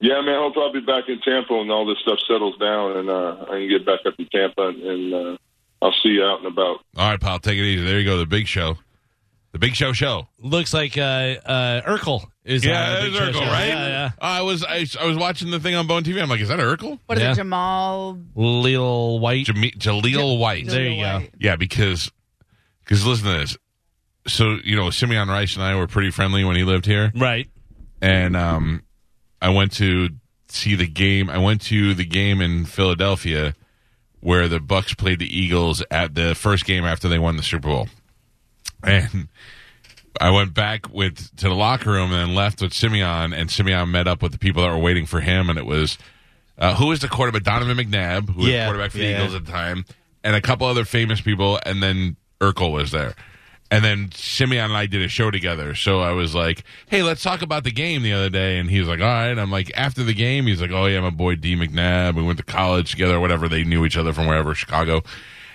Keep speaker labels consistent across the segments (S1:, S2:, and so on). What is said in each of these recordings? S1: Yeah, man. Hopefully, I'll be back in Tampa when all this stuff settles down, and uh, I can get back up to Tampa, and, and uh, I'll see you out and about.
S2: All right, pal, take it easy. There you go. The big show. The big show show.
S3: Looks like uh, uh, Urkel is on
S2: Yeah,
S3: the
S2: it is
S3: Big Show
S2: Urkel,
S3: show.
S2: right?
S3: Yeah, yeah.
S2: I was I, I was watching the thing on Bone TV. I'm like, is that Urkel?
S4: What is
S3: Yeah.
S4: it, Jamal?
S3: Lil White.
S2: Jame- Jaleel White.
S3: There you go.
S4: White.
S2: Yeah, because because listen to this. So you know, Simeon Rice and I were pretty friendly when he lived here,
S3: Right.
S2: and um, I went to see the game. I went to the game in Philadelphia where the Bucks played the Eagles at the first game after they won the Super Bowl, and I went back with to the locker room and then left with Simeon, and Simeon met up with the people that were waiting for him, and it was uh, who was the quarterback? Donovan McNabb, who was the
S3: Yeah,
S2: quarterback for the
S3: yeah.
S2: Eagles at the time, and a couple other famous people, and then Urkel was there. And then Simeon and I did a show together. So I was like, hey, let's talk about the game the other day. And he was like, all right. I'm like, after the game, he's like, oh, yeah, my boy D McNabb. We went to college together or whatever. They knew each other from wherever, Chicago.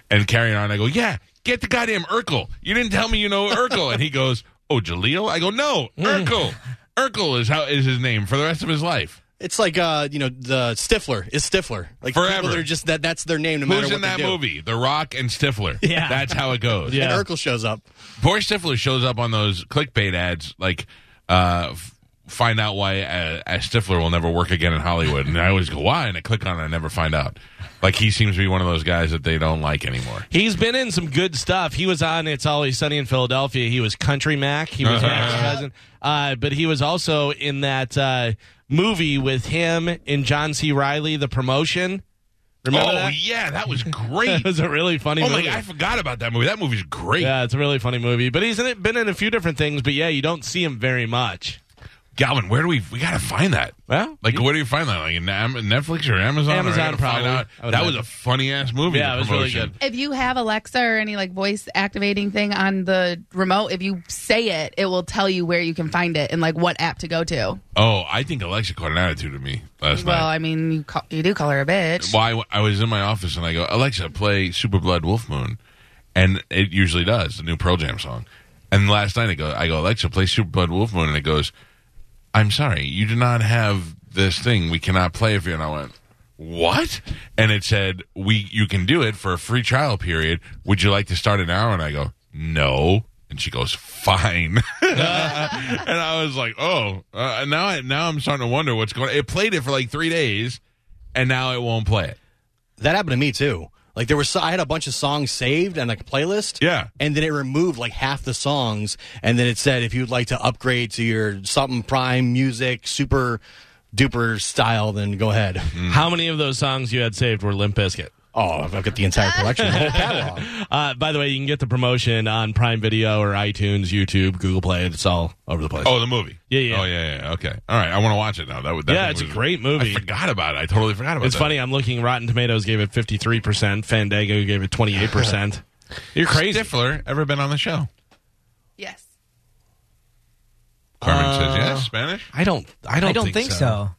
S2: And carrying on, I go, yeah, get the goddamn Urkel. You didn't tell me you know Urkel. and he goes, oh, Jaleel? I go, no, Urkel. Urkel is how is his name for the rest of his life.
S5: It's like uh, you know, the Stifler is Stifler. Like
S2: Forever.
S5: people that are just that that's their name no matter
S2: Who's
S5: what
S2: in
S5: they
S2: that
S5: do.
S2: movie? The Rock and Stifler.
S3: Yeah.
S2: That's how it goes.
S3: Yeah.
S5: And Urkel shows up.
S2: Poor Stifler shows up on those clickbait ads, like, uh, f- find out why uh, uh, Stifler will never work again in Hollywood. And I always go, why? And I click on it and I never find out. Like, he seems to be one of those guys that they don't like anymore.
S3: He's been in some good stuff. He was on It's Always Sunny in Philadelphia. He was Country Mac. He was
S2: Uh-huh.
S3: Mac's cousin. Uh, but he was also in that uh, movie with him and John C. Riley, The Promotion. Remember
S2: oh,
S3: that?
S2: yeah, that was great.
S3: It was a really funny
S2: oh, my
S3: movie.
S2: God, I forgot about that movie. That movie's great.
S3: yeah, it's a really funny movie. But he's in it, been in a few different things. But yeah, you don't see him very much.
S2: Galvin, where do we, we got to find that?
S3: Well,
S2: Like, where do you find that? Like, in Am- Netflix or Amazon? or I
S3: Amazon,
S2: gotta find
S3: probably.
S2: out.
S3: I would
S2: That was
S3: imagine.
S2: a funny ass movie.
S3: Yeah,
S2: The
S3: it was really
S2: Promotion.
S3: good.
S4: If you have Alexa or any like voice activating thing on the remote, if you say it, it will tell you where you can find it and like what app to go to.
S2: Oh, I think Alexa caught an attitude of me last night.
S4: Well, I mean, you call, you do call her a bitch.
S2: Why I was in my office and I go, Alexa, play Super Blood Wolf Moon, and it usually does the new Pearl Jam song. And last night I go, I go, Alexa, play Super Blood Wolf Moon, and it goes, I'm sorry, you do not have this thing. We cannot play it for you. And I went, what? And it said, we you can do it for a free trial period. Would you like to start an hour? And I go, no. And she goes, fine. and I was like, oh, uh, now I now I'm starting to wonder what's going. It played it for like three days, and now it won't play it.
S5: That happened to me too. Like there was, so- I had a bunch of songs saved and like a playlist.
S2: Yeah.
S5: and then it removed like half the songs, and then it said if you'd like to upgrade to your something Prime Music Super Duper style, then go ahead.
S2: Mm.
S3: How many of those songs you had saved were Limp Bizkit?
S5: Oh, I've I've got the entire collection, the whole catalog.
S3: Uh, by the way, you can get the promotion on Prime Video or iTunes, YouTube, Google Play. It's all over the place.
S2: Oh, the movie.
S3: Yeah, yeah.
S2: Oh, yeah, yeah. Okay. All right. I want to watch it now. That would. That
S3: Yeah,
S2: thing
S3: it's a
S2: was-
S3: great movie.
S2: I forgot about it. I totally forgot about it.
S3: It's funny. I'm looking. Rotten Tomatoes gave it 53 percent. Fandango gave it 28 percent. You're crazy.
S2: Stifler ever been on the show?
S4: Yes.
S2: Carmen
S3: Uh,
S2: says yes. Spanish.
S3: I don't. I don't.
S6: I don't think, so.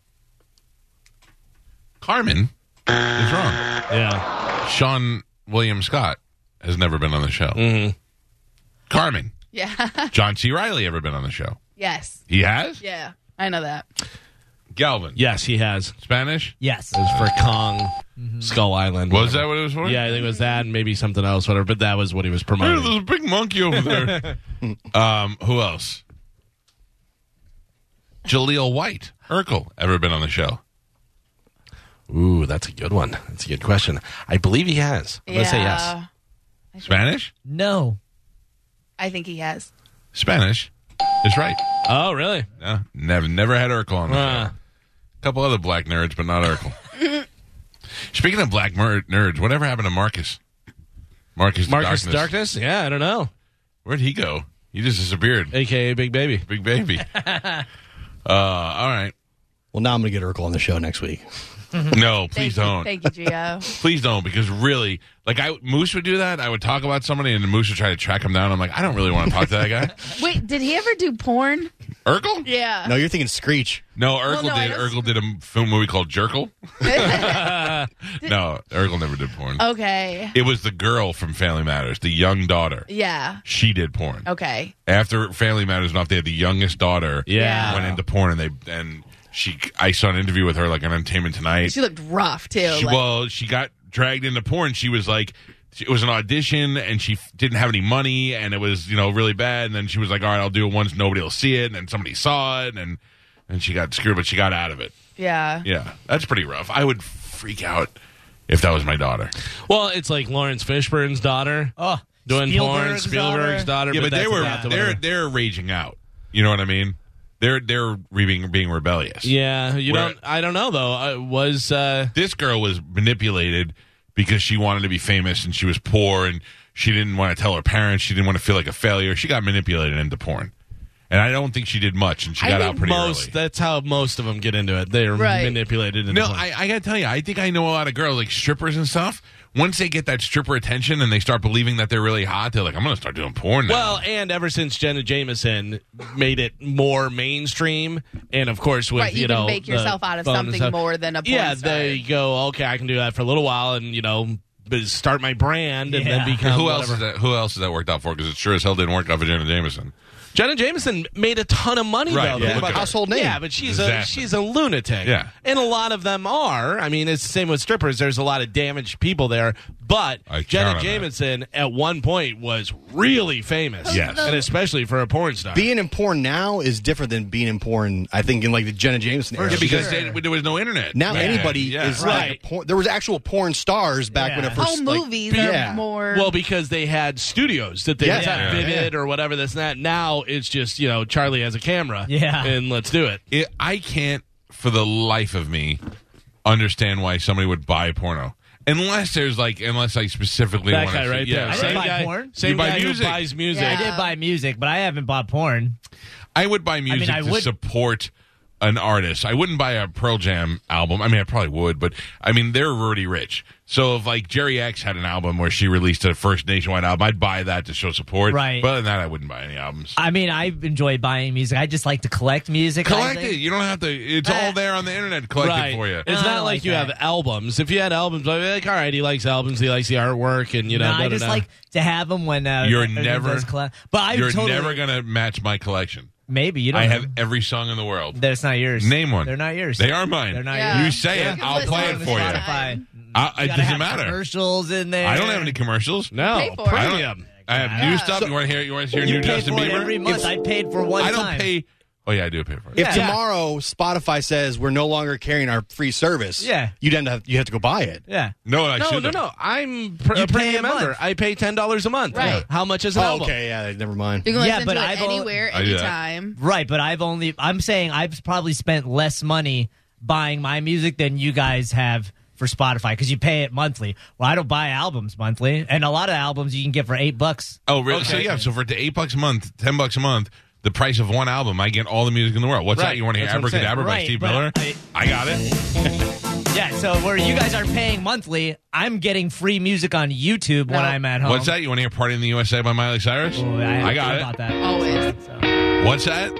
S2: Carmen is wrong.
S3: Yeah.
S2: Sean William Scott has never been on the show.
S3: Mhm.
S2: Carmen.
S4: Yeah.
S2: John C. Riley ever been on the show?
S4: yes.
S2: He has.
S4: Yeah. I know that.
S2: Galvin.
S3: Yes, he has.
S2: Spanish.
S6: Yes.
S3: It was for Kong, Skull Island.
S2: Was
S3: whatever.
S2: that what it was for?
S3: Yeah, I think it was that, and maybe something else, whatever. But that was what he was
S2: Hey,
S3: promoting.
S2: there's a big monkey over there. um, who else? Jaleel White. Urkel ever been on the show?
S3: Ooh, that's a good one. That's a good question. I believe he has. I'm gonna say yes.
S4: Yeah.
S2: Spanish.
S6: No.
S4: I think he has.
S2: Spanish is right.
S3: Oh, really?
S2: No, never, never had Urkel on the
S3: Uh.
S2: show. A couple other black nerds, but not Urkel. Speaking of black mer- nerds, whatever happened to Marcus? Marcus, the
S3: Marcus
S2: darkness.
S3: Darkness? Yeah, I don't know.
S2: Where'd he go? He just disappeared.
S3: AKA Big Baby.
S2: Big baby. uh, all right.
S5: Well, now I'm going to get Urkel on the show next week.
S2: No,
S4: Mm-hmm. Thank
S2: please
S4: you.
S2: don't.
S4: Thank you, Gio.
S2: please don't because really like i moose would do that i would talk about somebody and the moose would try to track him down i'm like i don't really want to talk to that guy
S4: Wait, did he ever do porn?
S2: urkel
S4: Yeah.
S5: No, you're thinking Screech.
S2: no urkel
S4: Well, no, I
S2: did
S4: don't-
S2: urkel did a m- film movie called jerkle no urkel never did porn
S4: Oh. Okay.
S2: it was the girl from family matters the young daughter
S4: Yeah.
S2: she did porn
S4: Okay.
S2: after family matters went off they had the youngest daughter
S3: Yeah.
S2: went into porn and they and She, I saw an interview with her like on Entertainment Tonight.
S4: She looked rough too.
S2: She-
S4: like,
S2: well, she got dragged into porn. She was like, it was an audition, and she f- didn't have any money, and it was you know really bad. And then she was like, all right, I'll do it once, nobody will see it, and then somebody saw it, and and she got screwed, but she got out of it.
S4: yeah.
S2: Yeah, that's pretty rough. I would freak out if that was my daughter.
S3: Well, it's like Lawrence Fishburne's daughter
S6: Oh,
S3: doing porn,
S6: Spielberg's
S3: Spielberg's daughter.
S2: yeah, but, they
S3: that's
S2: were
S3: about the
S2: they're
S3: way-
S2: they're raging out. You know what I mean? They're they're re- being being rebellious.
S3: yeah, you
S2: Where-
S3: don't. I don't know though. I was uh,
S2: This girl was manipulated because she wanted to be famous and she was poor and she didn't want to tell her parents. She didn't want to feel like a failure. She got manipulated into porn, and I don't think she did much. And she
S3: I
S2: got
S3: think
S2: out pretty
S3: most.
S2: early.
S3: That's how most of them get into it. They're
S4: Right.
S3: manipulated. Into
S2: No,
S3: porn.
S2: I, I gotta tell you, I think I know a lot of girls, like strippers and stuff. Once they get that stripper attention and they start believing that they're really hot, they're like, "I'm gonna start doing porn now."
S3: Well, and ever since Jenna Jameson made it more mainstream, and of course with
S4: Right, you
S3: you
S4: can
S3: know
S4: make
S3: the
S4: yourself out of
S3: phone and
S4: something
S3: stuff.
S4: more than a porn
S3: yeah,
S4: star.
S3: they go okay, I can do that for a little while, and you know b- start my brand, and then
S6: Yeah.
S3: become
S2: who else
S3: whatever.
S2: is that? Who else has that worked out for? Because it sure as hell didn't work out for Jenna Jameson.
S3: Jenna Jameson made a ton of money
S2: Right,
S3: though.
S2: yeah.
S3: Think
S2: Look
S3: about
S2: at
S5: household
S3: that.
S5: name.
S3: Yeah, but she's a
S2: Exactly.
S3: she's a lunatic.
S2: Yeah.
S3: and a lot of them are. I mean, it's the same with strippers. There's a lot of damaged people there, but
S2: I count on
S3: Jenna
S2: that.
S3: Jameson at one point was really famous.
S2: Yes.
S3: and especially for a porn star.
S5: Being in porn now is different than being in porn. I think in like the Jenna Jameson era.
S2: Yeah, because
S4: Sure.
S2: they- there was no internet.
S5: now
S2: back
S5: anybody
S2: then. Yeah.
S5: is
S3: Right.
S5: like a porn. There was actual porn stars back when it
S6: Yeah.
S5: first.
S4: Whole
S5: like,
S4: movies
S5: peaked.
S4: are
S5: Yeah.
S4: more.
S3: Well, because they had studios that they
S5: Yeah.
S3: had
S2: Yeah.
S3: fitted or whatever this and that. Now it's just, you know, Charlie has a camera.
S6: Yeah.
S3: And let's do it.
S2: It- I can't, for the life of me, understand why somebody would buy porno. Unless there's like, unless I specifically
S3: That
S2: want
S3: guy
S2: to,
S3: right
S2: yeah,
S3: there.
S6: I
S2: right?
S6: didn't
S3: Same
S6: buy
S3: guy,
S6: porn.
S3: Same
S2: You buy
S3: guy
S2: music.
S3: who buys music.
S4: Yeah.
S6: I did buy music, but I haven't bought porn.
S2: I would buy music
S6: I
S2: to
S6: would-
S2: support an artist. I wouldn't buy a Pearl Jam album. I mean, I probably would, but I mean, they're already rich. So if like Jerry X had an album where she released a first nationwide album, I'd buy that to show support.
S6: Right.
S2: But other than that, I wouldn't buy any albums.
S6: I mean, I enjoy buying music. I just like to collect music. I
S2: Collect
S6: think.
S2: it. You don't have to. It's
S6: Eh.
S2: all there on the internet. Collect
S3: Right.
S2: it for you.
S3: It's
S6: No, I
S3: not
S6: don't
S3: like
S6: like
S3: you
S6: that.
S3: have albums. If you had albums, I'd be like, all right, he likes albums. He likes the artwork, and you know,
S6: No, I just
S3: da-da-da.
S6: like to have them when uh,
S2: You're
S6: everyone
S2: never-
S6: does colla- but I
S2: You're
S6: totally
S2: never gonna match my collection.
S6: maybe you don't.
S2: I have
S6: know.
S2: every song in the world.
S6: That's not yours.
S2: Name one.
S6: They're not yours.
S2: They are mine.
S6: They're not
S4: Yeah.
S2: You say
S4: Yeah.
S2: it, I'll
S4: It's
S2: play
S4: on
S2: it
S4: the
S2: for you.
S4: Spotify.
S2: I, it
S6: gotta
S2: doesn't
S6: have
S2: matter.
S6: Commercials in there.
S2: I don't have any commercials.
S3: no,
S4: Pay for it.
S3: premium.
S2: I have new stuff. you want to hear? You want to hear
S6: You
S2: new
S6: pay
S2: Justin
S6: for it
S2: Bieber?
S6: every month. I paid for one
S2: I don't
S6: time.
S2: pay. Oh yeah, I do pay for it.
S5: If
S6: Yeah.
S5: tomorrow Spotify says we're no longer carrying our free service,
S6: Yeah.
S5: you'd end up you have to go buy it.
S6: Yeah.
S2: No, I
S3: No,
S2: should.
S3: no, no. I'm pr-
S6: You
S3: a
S6: pay
S3: premium
S6: a month.
S3: member. I pay ten dollars a month.
S4: Right.
S3: How much is an
S5: Oh,
S3: album?
S5: okay, yeah, never
S4: you
S5: mind.
S4: can
S6: Yeah,
S4: listen
S6: but
S4: to it
S6: I've al-
S4: anywhere,
S2: I do that.
S4: anytime.
S6: Right, but I've only I'm saying I've probably spent less money buying my music than you guys have for Spotify because you pay it monthly. Well, I don't buy albums monthly, and a lot of albums you can get for eight bucks.
S2: Oh, really? So yeah, so for the eight bucks a month, ten bucks a month, the price of one album, I get all the music in the world. What's
S3: Right.
S2: that? You want to hear
S3: That's what I'm saying.
S2: Abracadabra by
S6: Right,
S2: Steve
S6: but
S2: Miller?
S6: I-
S2: I got it.
S6: Yeah, so where you guys are paying monthly, I'm getting free music on YouTube when
S4: No.
S6: I'm at home.
S2: What's that? You want to hear "Party in the USA" by Miley Cyrus?
S6: Oh,
S2: I,
S6: I,
S2: got it.
S6: About that.
S4: Always.
S6: So,
S2: What's that?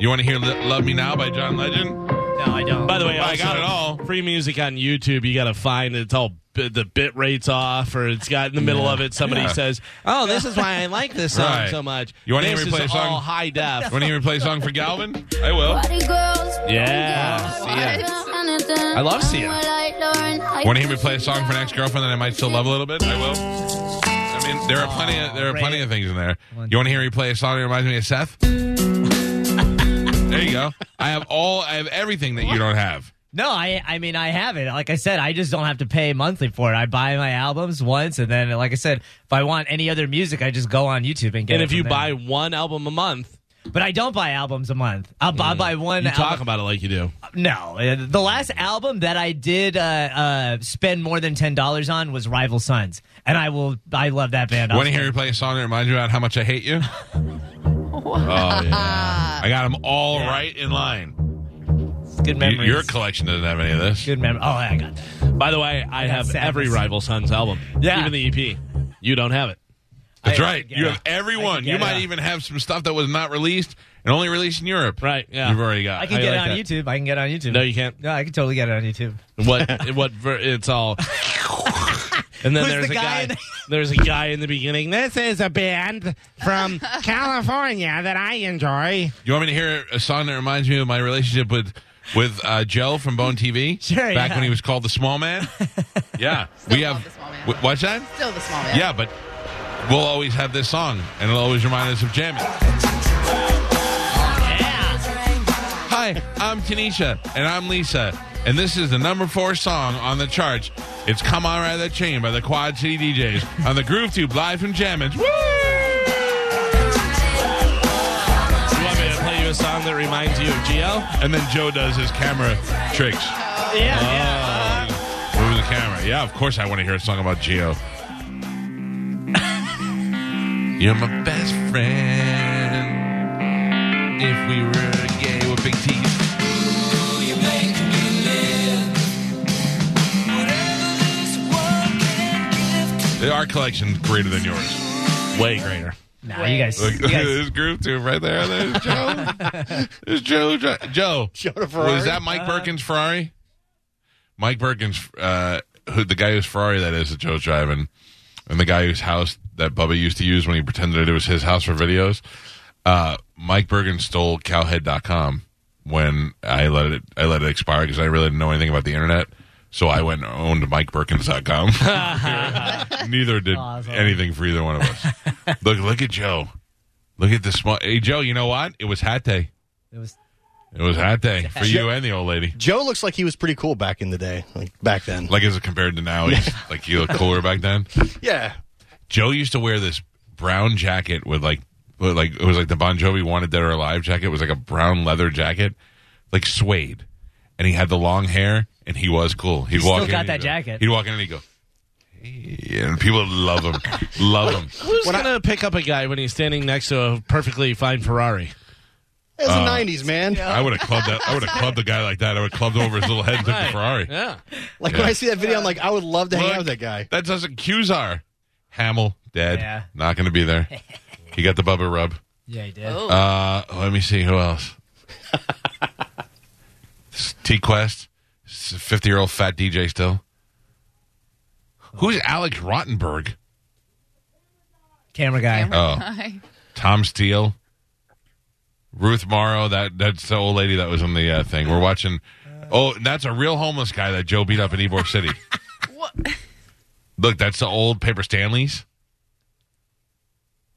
S2: You want to hear Lo- "Love Me Now" by John Legend?
S6: no, I don't.
S3: By the way,
S2: Well, I got
S3: also,
S2: it all.
S3: Free music on YouTube, you got to find it's all bi- the bit rates off, or it's got in the middle of it. Somebody
S2: Yeah.
S3: says, "Oh, this is why I like this song
S2: Right.
S3: so much."
S2: You wanna hear
S3: this
S2: me play
S3: is
S2: a song?
S3: all high def.
S2: You want to hear me play a song for Galvin? I will.
S3: Yeah.
S7: I
S3: love Sia.
S2: Want to hear me play a song for an ex-girlfriend that I might still love a little bit? I will. I mean, there are plenty of there are
S6: Aw,
S2: plenty of things in there.
S6: One,
S2: You want to hear me play a song that reminds me of Seth? there you go. I have all I have everything that you don't have.
S6: No, I I mean I have it. Like I said, I just don't have to pay monthly for it. I buy my albums once, and then like I said, if I want any other music, I just go on YouTube and get.
S3: And
S6: it
S3: if you
S6: from
S3: buy
S6: there.
S3: one album a month,
S6: but I don't buy albums a month. I'll, bu- I'll buy one.
S3: Mm. you talk
S6: album.
S3: about it like you do.
S6: No, uh, the last album that I did uh, uh, spend more than ten dollars on was Rival Sons, and I will. I love that band.
S2: Want to hear me play a song that reminds you about how much I hate you? oh yeah. I got them all right in line.
S6: It's good
S2: Y-
S6: memories.
S2: your collection doesn't have any of this.
S6: good memory. Oh, I got that.
S3: By the way, I
S6: got
S3: have
S6: Sadness.
S3: every Rival Sons album,
S6: Yeah.
S3: even the EP. You don't have it.
S2: That's
S6: I-
S2: right.
S6: yeah.
S2: You have everyone.
S6: get
S2: You
S6: it.
S2: might even have some stuff that was not released and only released in Europe.
S3: Right, yeah.
S2: You've already got.
S6: I can
S3: I Oh,
S6: get
S3: like
S6: it on
S3: that.
S6: YouTube. I can get it on YouTube.
S3: No, you can't.
S6: No, I can totally get it on YouTube.
S3: What? what? ver- It's all. And then
S6: Who's
S3: there's
S6: the
S3: a
S6: guy
S3: guy.
S6: in the-
S3: there's a guy in the beginning. This is a band from California that I enjoy.
S2: You want me to hear a song that reminds me of my relationship with with uh, Joe from Bone TV.
S6: Sure,
S2: Back
S6: yeah.
S2: when he was called the Small Man. Yeah,
S4: Still
S2: we
S4: called
S2: have.
S4: the Small Man.
S2: wh- What's that?
S4: Still the small man.
S2: Yeah, but we'll always have this song, and it'll always remind us of jamming. Hi, I'm Tanisha, and I'm Lisa, and this is the number four song on the charts. It's "Come On Out of That Chain" by the Quad City DJs on the Groove Tube live from Jammin's. Woo!
S3: You want me to play you a song that reminds you of Geo?
S2: And then Joe does his camera tricks.
S6: Yeah,
S2: Moving the camera. Yeah, of course I want to hear a song about Geo. You're my best friend. If we were gay with big teeth. Our collection's greater than yours.
S3: Way greater.
S6: Nah, you guys.
S2: Look,
S6: You guys
S2: there's Groove Tube right there. There's Joe. there's Joe. Joe. Joe.
S5: Joe to Ferrari.
S2: Was that Mike Perkins' Ferrari? Mike Perkins, uh, who the guy whose Ferrari that is that Joe's driving, and the guy whose house that Bubba used to use when he pretended it was his house for videos. Uh, Mike Bergen stole cowhead.com when I let it I let it expire because I really didn't know anything about the internet. So I went and owned MikeBerkins.com. Neither did
S6: Awesome.
S2: anything for either one of us. look, look at Joe. Look at the small. Hey, Joe, you know what? It was hat day.
S6: It was
S2: It was hat day for you and the old lady.
S5: Joe looks like he was pretty cool back in the day, like back then.
S2: Like as it compared to now, he's like you look cooler back then.
S5: Yeah.
S2: Joe used to wear this brown jacket with like, with like it was like the Bon Jovi "Wanted Dead or Alive" jacket. It was like a brown leather jacket, like suede, and he had the long hair, and he was cool. He'd
S6: still
S2: walk in
S6: got
S2: and
S6: that
S2: he'd go-
S6: jacket.
S2: He'd walk in and he'd go, "Hey," and people love him, love him.
S3: Who's gonna pick up a guy when he's standing next to a perfectly fine Ferrari?
S5: It was the 90s, man.
S2: I would have clubbed that. I would have clubbed a guy like that. I would have clubbed over his little head and took the Ferrari.
S3: Yeah.
S5: Like when I see that video, I'm like, I would love to hang
S2: Look,
S5: out with that guy.
S2: That doesn't cues are. Hamill dead.
S6: Yeah.
S2: Not going to be there. he got the Bubba rub.
S6: yeah, you did.
S4: Oh.
S2: Uh, let me see who else. T Quest, fifty year old fat DJ still. Who's Alex Rottenberg?
S6: Camera guy.
S2: Oh,
S4: Hi.
S2: Tom Steele, Ruth Morrow. That that's the old lady that was on the uh, thing. We're watching. Oh, that's a real homeless guy that Joe beat up in Ybor City.
S4: What?
S2: Look, that's the old Paper Stanleys.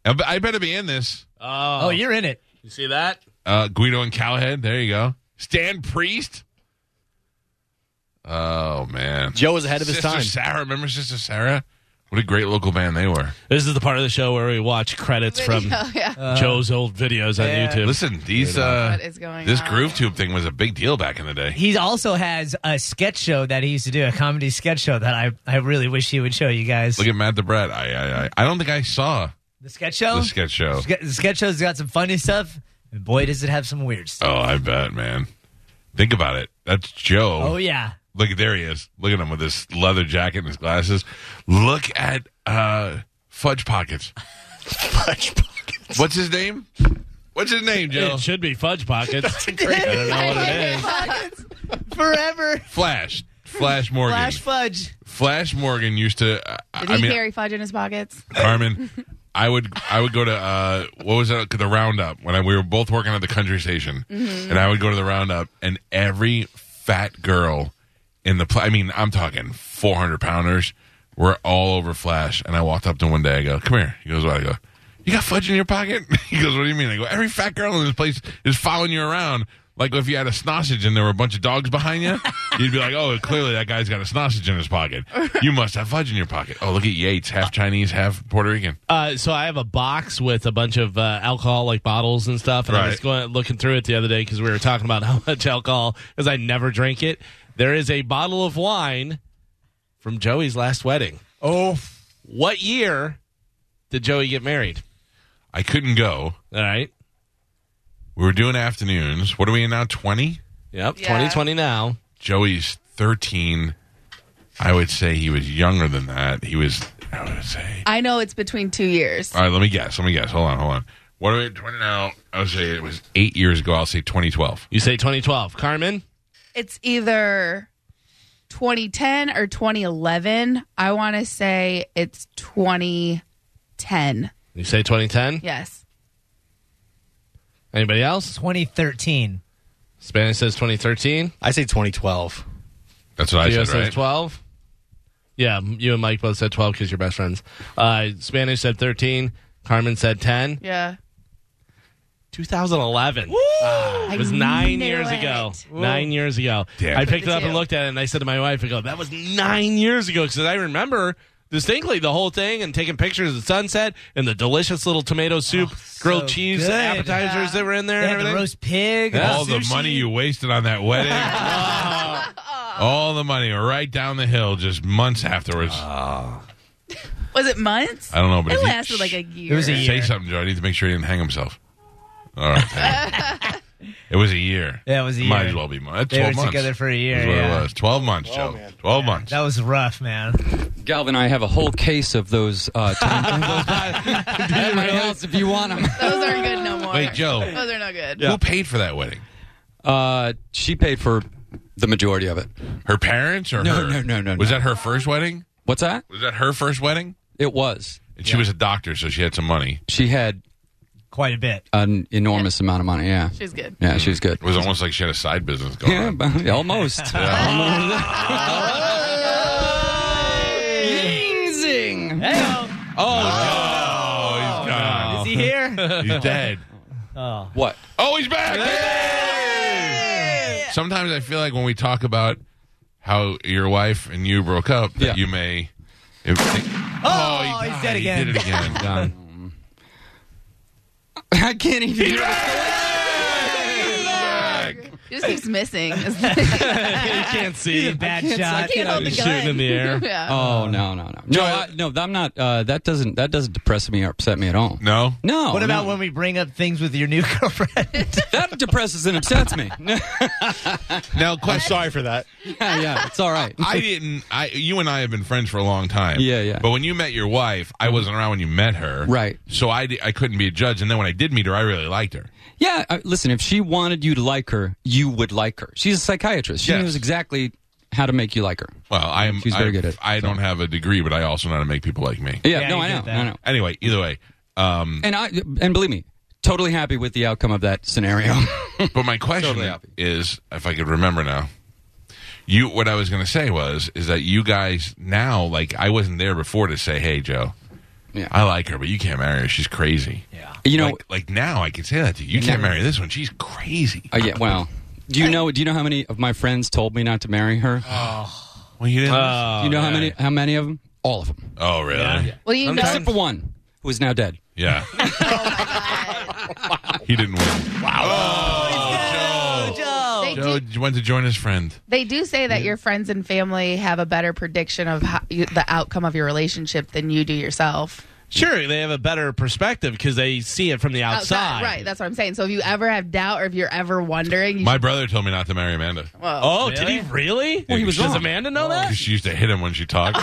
S2: I be- I better be in this.
S6: Oh, you're in it.
S3: You see that?
S2: Uh, Guido and Cowhead. There you go. Stan Priest. Oh man,
S5: Joe was ahead of his
S2: Sister
S5: time.
S2: Sarah, remember Sister Sarah? What a great local band they were.
S3: This is the part of the show where we watch credits from
S4: Video, yeah.
S2: uh,
S3: Joe's old videos on
S6: yeah.
S3: YouTube.
S2: Listen, these uh,
S4: What is going
S2: this
S4: on?
S2: Groove Tube thing was a big deal back in the day.
S6: He also has a sketch show that he used to do, a comedy sketch show that I, I really wish he would show you guys.
S2: Look at Matt the Brett. I I I, I don't think I saw
S6: the sketch
S5: Oh.
S6: show?
S2: the sketch show.
S6: Ske- the sketch show's got some funny stuff, and boy, does it have some weird stuff.
S2: Oh, I bet, man. Think about it. That's Joe.
S6: Oh, yeah.
S2: Look, there he is. Look at him with his leather jacket and his glasses. Look at uh, Fudge Pockets.
S5: Fudge Pockets.
S2: What's his name? What's his name, Joe?
S3: It should be Fudge Pockets. I don't know what it is.
S6: Forever.
S2: Flash. Flash Morgan.
S6: Flash
S2: Flash,
S6: fudge.
S2: Morgan used to. Uh,
S4: Did
S2: I
S4: he
S2: mean,
S4: carry fudge in his pockets?
S2: Carmen, I would I would go to uh, what was it the roundup when I, we were both working at the country station, and I would go to the roundup, and every fat girl in the pla- I mean I'm talking 400 pounders were all over Flash, and I walked up to him one day. I go, "Come here." He goes, "What?" I go. You got fudge in your pocket? He goes, What do you mean? I go, Every fat girl in this place is following you around. Like if you had a snossage and there were a bunch of dogs behind you, you'd be like, Oh, clearly that guy's got a snossage in his pocket. You must have fudge in your pocket. Oh, look at Yates, half Chinese, half Puerto Rican.
S3: Uh, so I have a box with a bunch of uh, alcohol, like bottles and stuff. And I was
S2: Right.
S3: going looking through it the other day because we were talking about how much alcohol, because I never drink it. There is a bottle of wine from Joey's last wedding.
S6: Oh,
S3: What year did Joey get married?
S2: I couldn't go.
S3: All right.
S2: We were doing afternoons. What are we in now? 20?
S3: Yep.
S4: Yeah.
S3: 2020 now.
S2: Joey's 13. I would say he was younger than that. He was, I would say.
S4: I know it's between two years.
S2: All right, let me guess. Let me guess. Hold on, hold on. What are we at 20 now? I would say it was eight years ago. I'll say 2012.
S3: You say 2012. Carmen?
S4: It's either 2010 or 2011. I want to say it's 2010.
S3: You say 2010.
S4: Yes.
S3: Anybody else?
S6: 2013.
S3: Spanish says 2013.
S5: I say 2012.
S2: That's what I
S3: Theo
S2: said,
S3: says
S2: right?
S3: 12. Yeah, m- you and Mike both said 12 because you're best friends. Uh, Spanish said 13. Carmen said 10.
S4: Yeah.
S3: 2011.
S4: I
S3: Ah, It was nine
S4: knew
S3: years
S4: it.
S3: ago. Nine years ago.
S2: Damn.
S3: I picked it up
S4: Look at
S3: and
S4: you.
S3: looked at it, and I said to my wife, "I go, that was nine years ago," because I remember distinctly the whole thing and taking pictures of the sunset and the delicious little tomato soup, grilled
S6: so
S3: cheese
S6: good.
S3: appetizers that were in there,
S6: They
S3: and
S6: had the
S3: everything.
S6: roast pig.
S2: All the
S6: sushi.
S2: money you wasted on that wedding. All the money right down the hill just months afterwards.
S4: Was it months?
S2: I don't know, but if
S4: It
S2: you-
S4: lasted like a year.
S6: It was a year.
S2: Say something, Joe. I need to make sure he didn't hang himself. All right. thank you. it was a year.
S6: Yeah, it was a
S2: Might
S6: year.
S2: as well be months.
S6: They were
S2: months.
S6: together for a year,
S2: That's what
S6: yeah.
S2: it was. Twelve months, Joe. Twelve months.
S6: That was rough, man.
S7: Galvin, I have a whole case of those uh, time those at my house if you want them.
S4: Those aren't good no more.
S2: Wait, Joe.
S4: Those are not good.
S2: Who paid for that wedding?
S7: Uh, she paid for the majority of it.
S2: Her parents or
S7: No,
S2: her?
S7: no, no, no,
S2: Was
S7: no.
S2: that her first wedding?
S7: What's that?
S2: Was that her first wedding?
S7: It was.
S2: And she was a doctor, so she had some money.
S7: She had
S6: Quite a bit.
S7: an enormous amount of money. Yeah,
S4: She's good.
S7: yeah, she was good.
S2: It was almost like she had a side business going
S7: Yeah,
S2: on.
S7: but- almost. Ying-zing.
S2: Oh, he's
S6: Is
S2: gone.
S6: he here?
S2: He's dead.
S7: What?
S2: Oh, he's back! Yay! Sometimes I feel like when we talk about how your wife and you broke up, that
S7: Yeah.
S2: you may. if- oh,
S6: he's
S2: died.
S6: dead
S2: He
S6: again.
S2: did it again.
S7: I can't even.
S4: It just keeps missing.
S3: you can't see.
S6: Bad shot.
S4: Can't hold the gun.
S3: Shooting in the air.
S4: yeah.
S7: Oh no no no no I, no! I'm not. Uh, that doesn't that doesn't depress me or upset me at all.
S2: No?
S7: No.
S6: What about
S7: Oh, no.
S6: when we bring up things with your new girlfriend?
S7: that depresses and upsets me? yeah,
S2: Now, question.
S5: Sorry for that.
S7: yeah, it's all right.
S2: I didn't. I you and I have been friends for a long time.
S7: Yeah, yeah.
S2: But when you met your wife, I wasn't around when you met her.
S7: Right.
S2: So I, di- I couldn't be a judge. And then when I did meet her, I really liked her.
S7: Yeah, I, listen, if she wanted you to like her, you would like her. She's a psychiatrist. She
S2: Yes.
S7: knows exactly how to make you like her.
S2: Well, I'm.
S7: She's very
S2: I,
S7: good at it,
S2: I don't have a degree, but I also know how to make people like me.
S7: Yeah,
S6: Yeah,
S7: no,
S6: you
S7: I
S6: get
S7: know,
S6: that.
S7: I know.
S2: Anyway, either way. Um,
S7: And I and believe me, totally happy with the outcome of that scenario.
S2: but my question
S7: Totally happy.
S2: is, if I could remember now, you what I was going to say was is that you guys now like I wasn't there before to say, hey, Joe.
S7: Yeah.
S2: I like her, but you can't marry her. She's crazy. Yeah.
S7: you know,
S2: like, like now I can say that to you. You can't
S7: Now-
S2: marry this one. She's crazy.
S7: uh, yeah. Well, do you know? Do you know how many of my friends told me not to marry her?
S6: Oh,
S2: Well, you didn't.
S7: do you know how many? How many of them? All of them,
S2: oh, really? Uh, Yeah.
S4: Well, you know,
S7: except for one who is now dead.
S2: Oh, he didn't win. Wow.
S4: they
S2: Joe,
S4: do,
S2: Joe went to join his friend.
S4: they do say that your friends and family have a better prediction of how you, the outcome of your relationship than you do yourself.
S3: Sure, they have a better perspective because they see it from the outside.
S4: right? That's what I'm saying. So if you ever have doubt, or if you're ever wondering, you
S2: My brother told me not to marry Amanda
S3: Oh, did he Oh, really?
S2: he was
S3: Does
S2: wrong.
S3: Amanda know that?
S2: because she used to hit him when she talked.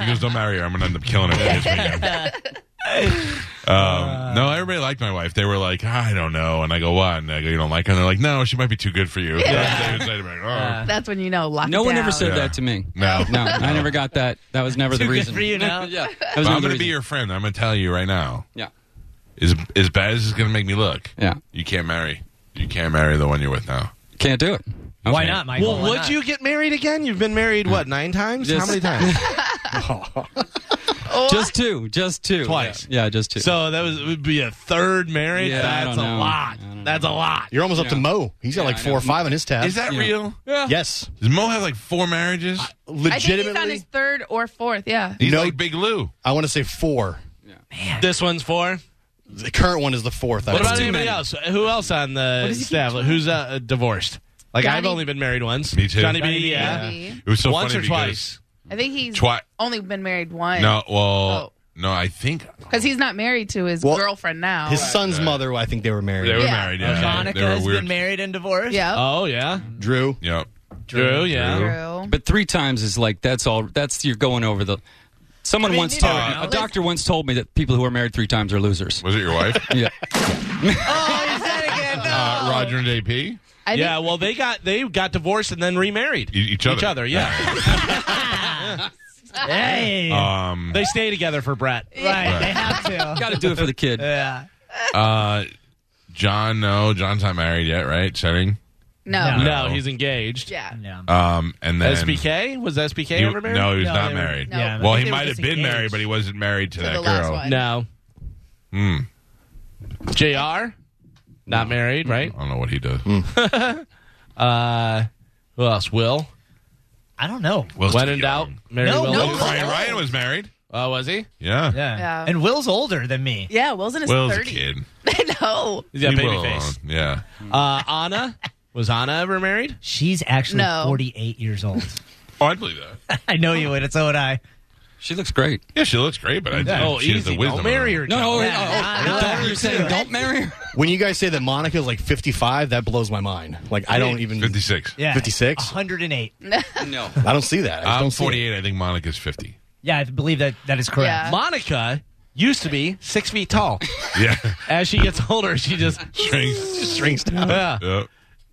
S2: he goes, "Don't marry her. I'm gonna end up killing her." this weekend." Um, no, everybody liked my wife. They were like, "Ah, "I don't know," and I go, "What?" And I go, "You don't like her?" And they're like, "No, she might be too good for you." They would say to me, "Oh."
S4: should- that's when you know. Lock
S7: No
S4: it
S7: one ever
S4: down.
S7: said
S2: Yeah.
S7: that to me.
S2: No.
S7: no, I never got that. That was never the
S6: Too good
S7: reason.
S6: for you now.
S7: yeah, that was
S2: But
S7: never
S2: I'm
S7: the
S2: gonna be
S7: reason.
S2: your friend. I'm gonna tell you right now.
S7: yeah,
S2: As as bad as it's gonna make me look,
S7: yeah.
S2: you can't marry. You can't marry the one you're with now.
S7: Can't do it.
S6: Why
S7: Okay.
S6: not, Michael?
S3: Well,
S6: Why
S3: would
S6: not?
S3: you get married again? You've been married what nine times?
S7: Just-
S3: How many times?
S7: Just two. Just two.
S3: Twice.
S7: Yeah, yeah, just two.
S3: so that was would be a third marriage.
S7: Yeah,
S3: That's a
S7: I don't know.
S3: lot.
S7: I don't
S3: That's a lot.
S5: You're almost up to
S7: Yeah.
S5: Mo. He's got
S7: Yeah,
S5: like
S7: I
S5: four
S7: know.
S5: or five on his tab.
S2: Is that
S7: Yeah.
S2: real?
S5: yes.
S2: Does Mo have like four marriages?
S4: I think he's on his
S5: Legitimately,
S4: third or fourth. Yeah.
S2: He's
S5: No.
S2: like Big Lou.
S5: I want to say four.
S3: This one's four.
S5: The current one is the fourth. I
S3: What about
S5: believe.
S3: anybody else? Who else on the staff? Who's uh, divorced? Like I've
S4: Johnny-
S3: only been married once.
S2: Me too.
S3: Johnny
S2: Johnny
S3: B. Yeah.
S4: Maybe.
S2: It was so
S3: Once
S2: funny
S3: or
S2: because-
S3: twice.
S4: I think he's
S2: Twi-
S4: only been married once.
S2: No, well,
S4: Oh.
S2: no, I think
S4: because he's not married to his
S5: Well,
S4: girlfriend now.
S5: His son's mother, I think they were married.
S2: they were
S4: Yeah.
S2: married. Yeah,
S6: Monica
S2: they were
S6: has
S2: weird.
S6: been married and divorced.
S4: yeah.
S3: Oh yeah.
S5: Drew.
S2: Yep.
S3: Drew. Yeah.
S4: True.
S7: But three times is like that's all. That's you're going over the. Someone
S6: mean,
S7: once
S6: you
S7: told
S6: never
S7: me,
S6: know.
S7: a doctor once told me that people who are married three times are losers.
S2: Was it your wife?
S7: Yeah,
S2: uh, Roger and AP? E-
S4: I think-
S3: Yeah. Well, they got they got divorced and then remarried.
S2: Each other.
S3: Each other. Yeah.
S6: Hey.
S2: Um,
S3: they stay together for Brett.
S6: right. They have to.
S7: got to do it for the kid.
S6: yeah.
S2: uh, John, no. John's not married yet, right? Setting?
S4: No.
S6: No.
S3: No, he's engaged.
S4: Yeah.
S6: Yeah.
S2: Um, and then
S3: SBK was SBK
S2: You-
S3: ever married?
S2: No, he was
S6: No,
S2: not
S6: they were-
S2: married.
S4: No. Yeah, I
S2: Well,
S6: think
S2: he
S6: they were
S2: might have been
S6: disengaged.
S2: married, but he wasn't married to,
S4: To
S2: that
S4: the last
S2: girl.
S4: one.
S3: No.
S2: Hmm.
S3: Jr. Not married, right?
S2: I don't know what he does.
S3: Hmm. Uh, who else? Will.
S6: I don't know.
S2: Will's
S3: when
S2: too
S3: in doubt,
S2: young.
S3: marry
S6: No,
S3: Will.
S6: no,
S2: Well,
S6: Will's
S2: Ryan Ryan was married.
S3: Oh, was he?
S2: Yeah.
S6: Yeah.
S4: Yeah.
S6: And Will's older than me.
S4: Yeah, Will's in his
S2: Will's a
S4: 30s.
S2: kid.
S4: no.
S3: He's got
S2: He
S3: baby
S2: will.
S3: face.
S2: Yeah.
S3: Uh, Anna. Was Anna ever married?
S6: She's actually
S4: No.
S6: 48 years old.
S2: Oh, I believe that.
S6: I know you would. It's so would I.
S7: She looks great.
S2: Yeah, she looks great, but I
S3: Oh,
S2: she has
S3: easy.
S2: the wisdom.
S3: Don't
S2: of it.
S3: marry her.
S7: No, no,
S3: Joe.
S7: no,
S6: Yeah.
S7: oh, don't- you're saying don't marry her.
S5: When you guys say that Monica's like 55, that blows my mind. Like I don't even
S2: 56.
S6: Yeah.
S5: 56?
S6: 108.
S7: No,
S5: I don't see that. I just
S2: I'm
S5: don't see it.
S2: 48. I think Monica's 50.
S6: Yeah, I believe that that is correct.
S4: Yeah.
S3: Monica used to be six feet tall.
S2: Yeah.
S3: As she gets older, she just.
S2: Shrinks.
S5: Shrinks down.
S3: Yeah.
S2: Yep.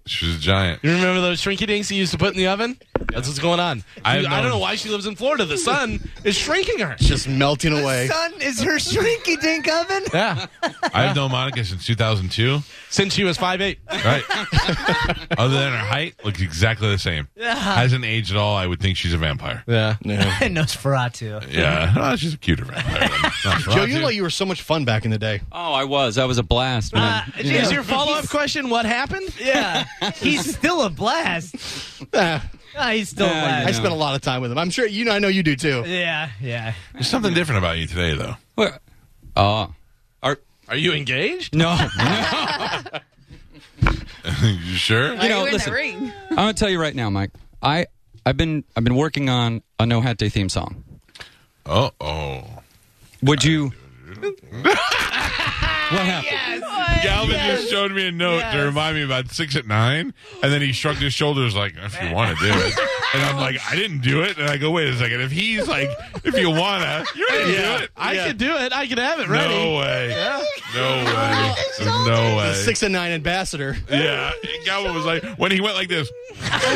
S2: She's a giant.
S3: You remember those shrinky dinks you used to put in the oven? That's what's going on.
S2: I
S3: I,
S2: have
S3: I
S2: no-
S3: don't know why she lives in Florida. The sun is shrinking her.
S5: Just melting away.
S6: Son, is her shrinky dink oven?
S3: Yeah.
S2: I've known Monica since 2002.
S3: Since she was five eight.
S2: Right. Other than her height, looks exactly the same. Hasn't aged at all. I would think she's a vampire.
S3: Yeah.
S5: Yeah.
S6: And Nosferatu.
S2: Yeah. Oh, she's a cuter vampire. Not
S5: Joe, you
S2: Ferrazzi.
S5: look like you were so much fun back in the day.
S7: oh, I was, I was a blast,
S6: Uh,
S7: man.
S3: Is your follow up question what happened?
S6: Yeah. He's still a blast.
S5: Ah,
S6: Ah, he's still
S7: Yeah,
S6: a
S5: I
S6: blast.
S5: spent a lot of time with him. I'm sure you know. I know you do too.
S6: Yeah, yeah.
S2: There's something different about you today, though.
S7: Where- Oh, are
S3: Are you engaged?
S7: no. no.
S2: you sure?
S4: Why are
S7: know,
S4: you in
S7: listen.
S4: the ring?
S7: I'm gonna tell you right now, Mike. I I've been I've been working on a No Hat Day theme song.
S2: Uh oh.
S7: Would you? what happened?
S2: Galvin just showed me a note to remind me about six at nine, and then he shrugged his shoulders like, "If you want to do it," and I'm like, "I didn't do it." And I go, "Wait a second. If he's like, if you wanna, you didn't do it.
S3: I
S5: Yeah.
S3: could do it. I could have it ready.
S2: No way. No way. There's No
S5: The
S2: way.
S5: six and nine ambassador.
S2: Yeah, Galvin was like when he went like this.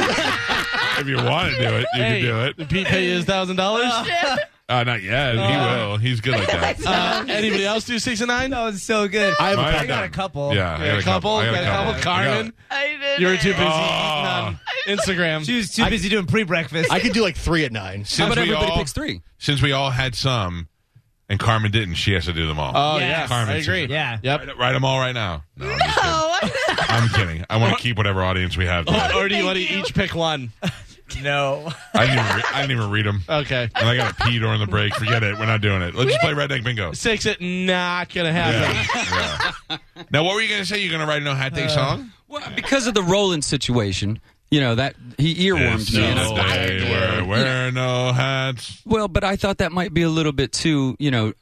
S2: if you want to do it, you can
S3: Hey,
S2: do
S3: Did
S2: it.
S3: Pete pay you his thousand dollars?
S7: Oh,
S2: Uh, not yet. he will. He's good like that.
S3: Uh, Anybody else do six and nine?
S6: That was so good.
S5: I have a
S2: I
S5: couple.
S2: have
S6: got
S2: done.
S6: a couple.
S2: Yeah, I
S3: Got a couple.
S2: I
S3: Got a couple.
S2: I got-
S3: Carmen,
S4: I did.
S3: you were too busy
S2: Oh.
S3: eating on Instagram.
S6: She was too busy doing pre breakfast.
S5: I could do like three at nine.
S2: Since
S7: How about
S2: we
S7: everybody
S2: all-
S7: picks three?
S2: Since we all had some, and Carmen didn't, she has to do them all.
S3: Oh
S6: Yes.
S3: yeah,
S2: Carmen
S3: I agree.
S2: said-
S6: Yeah.
S3: Yep.
S2: Write, write them all right now. No, I'm, just
S4: Oh,
S2: kidding. I'm kidding. I want to keep whatever audience we have. today.
S3: Or do you want to each pick one?
S6: No.
S2: I didn't, even re- I didn't even read them.
S3: Okay.
S2: And I got to pee during the break. Forget it. We're not doing it. Let's just play Redneck Bingo.
S3: Six it not gonna happen.
S2: Yeah. Yeah. Now, what were you going to say? You're going to write a No Hat Day song?
S7: Well, because of the Roland situation, you know that he earwormed
S2: It's
S7: me.
S2: no
S7: and I-
S2: day we're wearing no hats.
S7: Well, but I thought that might be a little bit too, you know,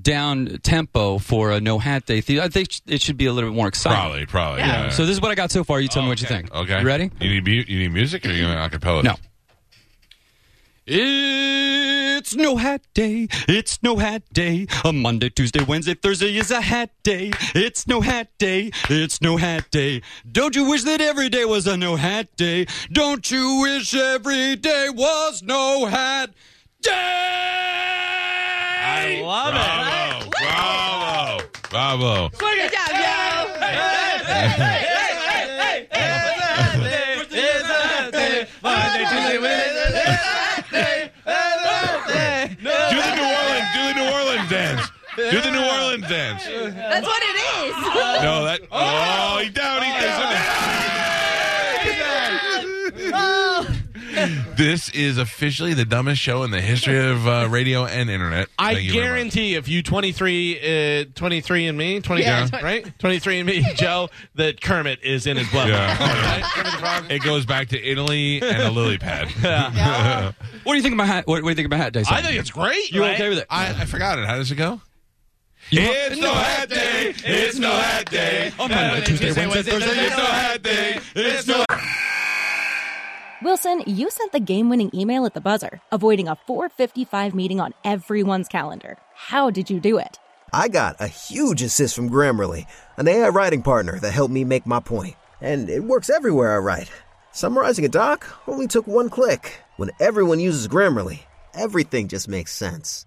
S7: down tempo for a No Hat Day theme. I think it should be a little bit more exciting.
S2: Probably, probably. Yeah.
S7: So this is what I got so far. You tell me what you think.
S2: okay.
S7: You ready?
S2: You need mu- you need music, or are you going to acapella?
S7: No. It's no hat day. It's no hat day. A Monday, Tuesday, Wednesday, Thursday is a hat day. It's no hat day. It's no hat day. Don't you wish that every day was a no hat day? Don't you wish every day was no hat day?
S3: I love it.
S2: Bravo! Bravo! Bravo!
S4: Good job, Joe.
S2: Do the New Orleans, do the New Orleans dance. Do the New Orleans dance.
S4: That's what it is.
S2: No, that. Oh, he down, he down. This is officially the dumbest show in the history of uh, radio and internet.
S3: I
S2: Thank you very much.
S3: guarantee if you 23, uh, 23 and me, 20,
S4: Yeah,
S3: yeah, right? 23 and me, Joe, that Kermit is in his blood.
S2: Yeah. it goes back to Italy and a lily pad.
S7: What do you think about hat? What, what do you think about hat day? Simon?
S3: I think it's great.
S7: you
S3: right?
S7: okay with it.
S2: I, I forgot it. How does it go?
S7: You-
S2: It's no hat day. It's no hat day.
S3: Oh,
S7: On Monday, Tuesday, Wednesday,
S2: Thursday, it's no hat day. It's no.
S8: Wilson, you sent the game winning email at the buzzer, avoiding a 455 meeting on everyone's calendar. How did you do it?
S9: I got a huge assist from Grammarly, an AI writing partner that helped me make my point. And it works everywhere I write. Summarizing a doc only took one click. When everyone uses Grammarly, everything just makes sense.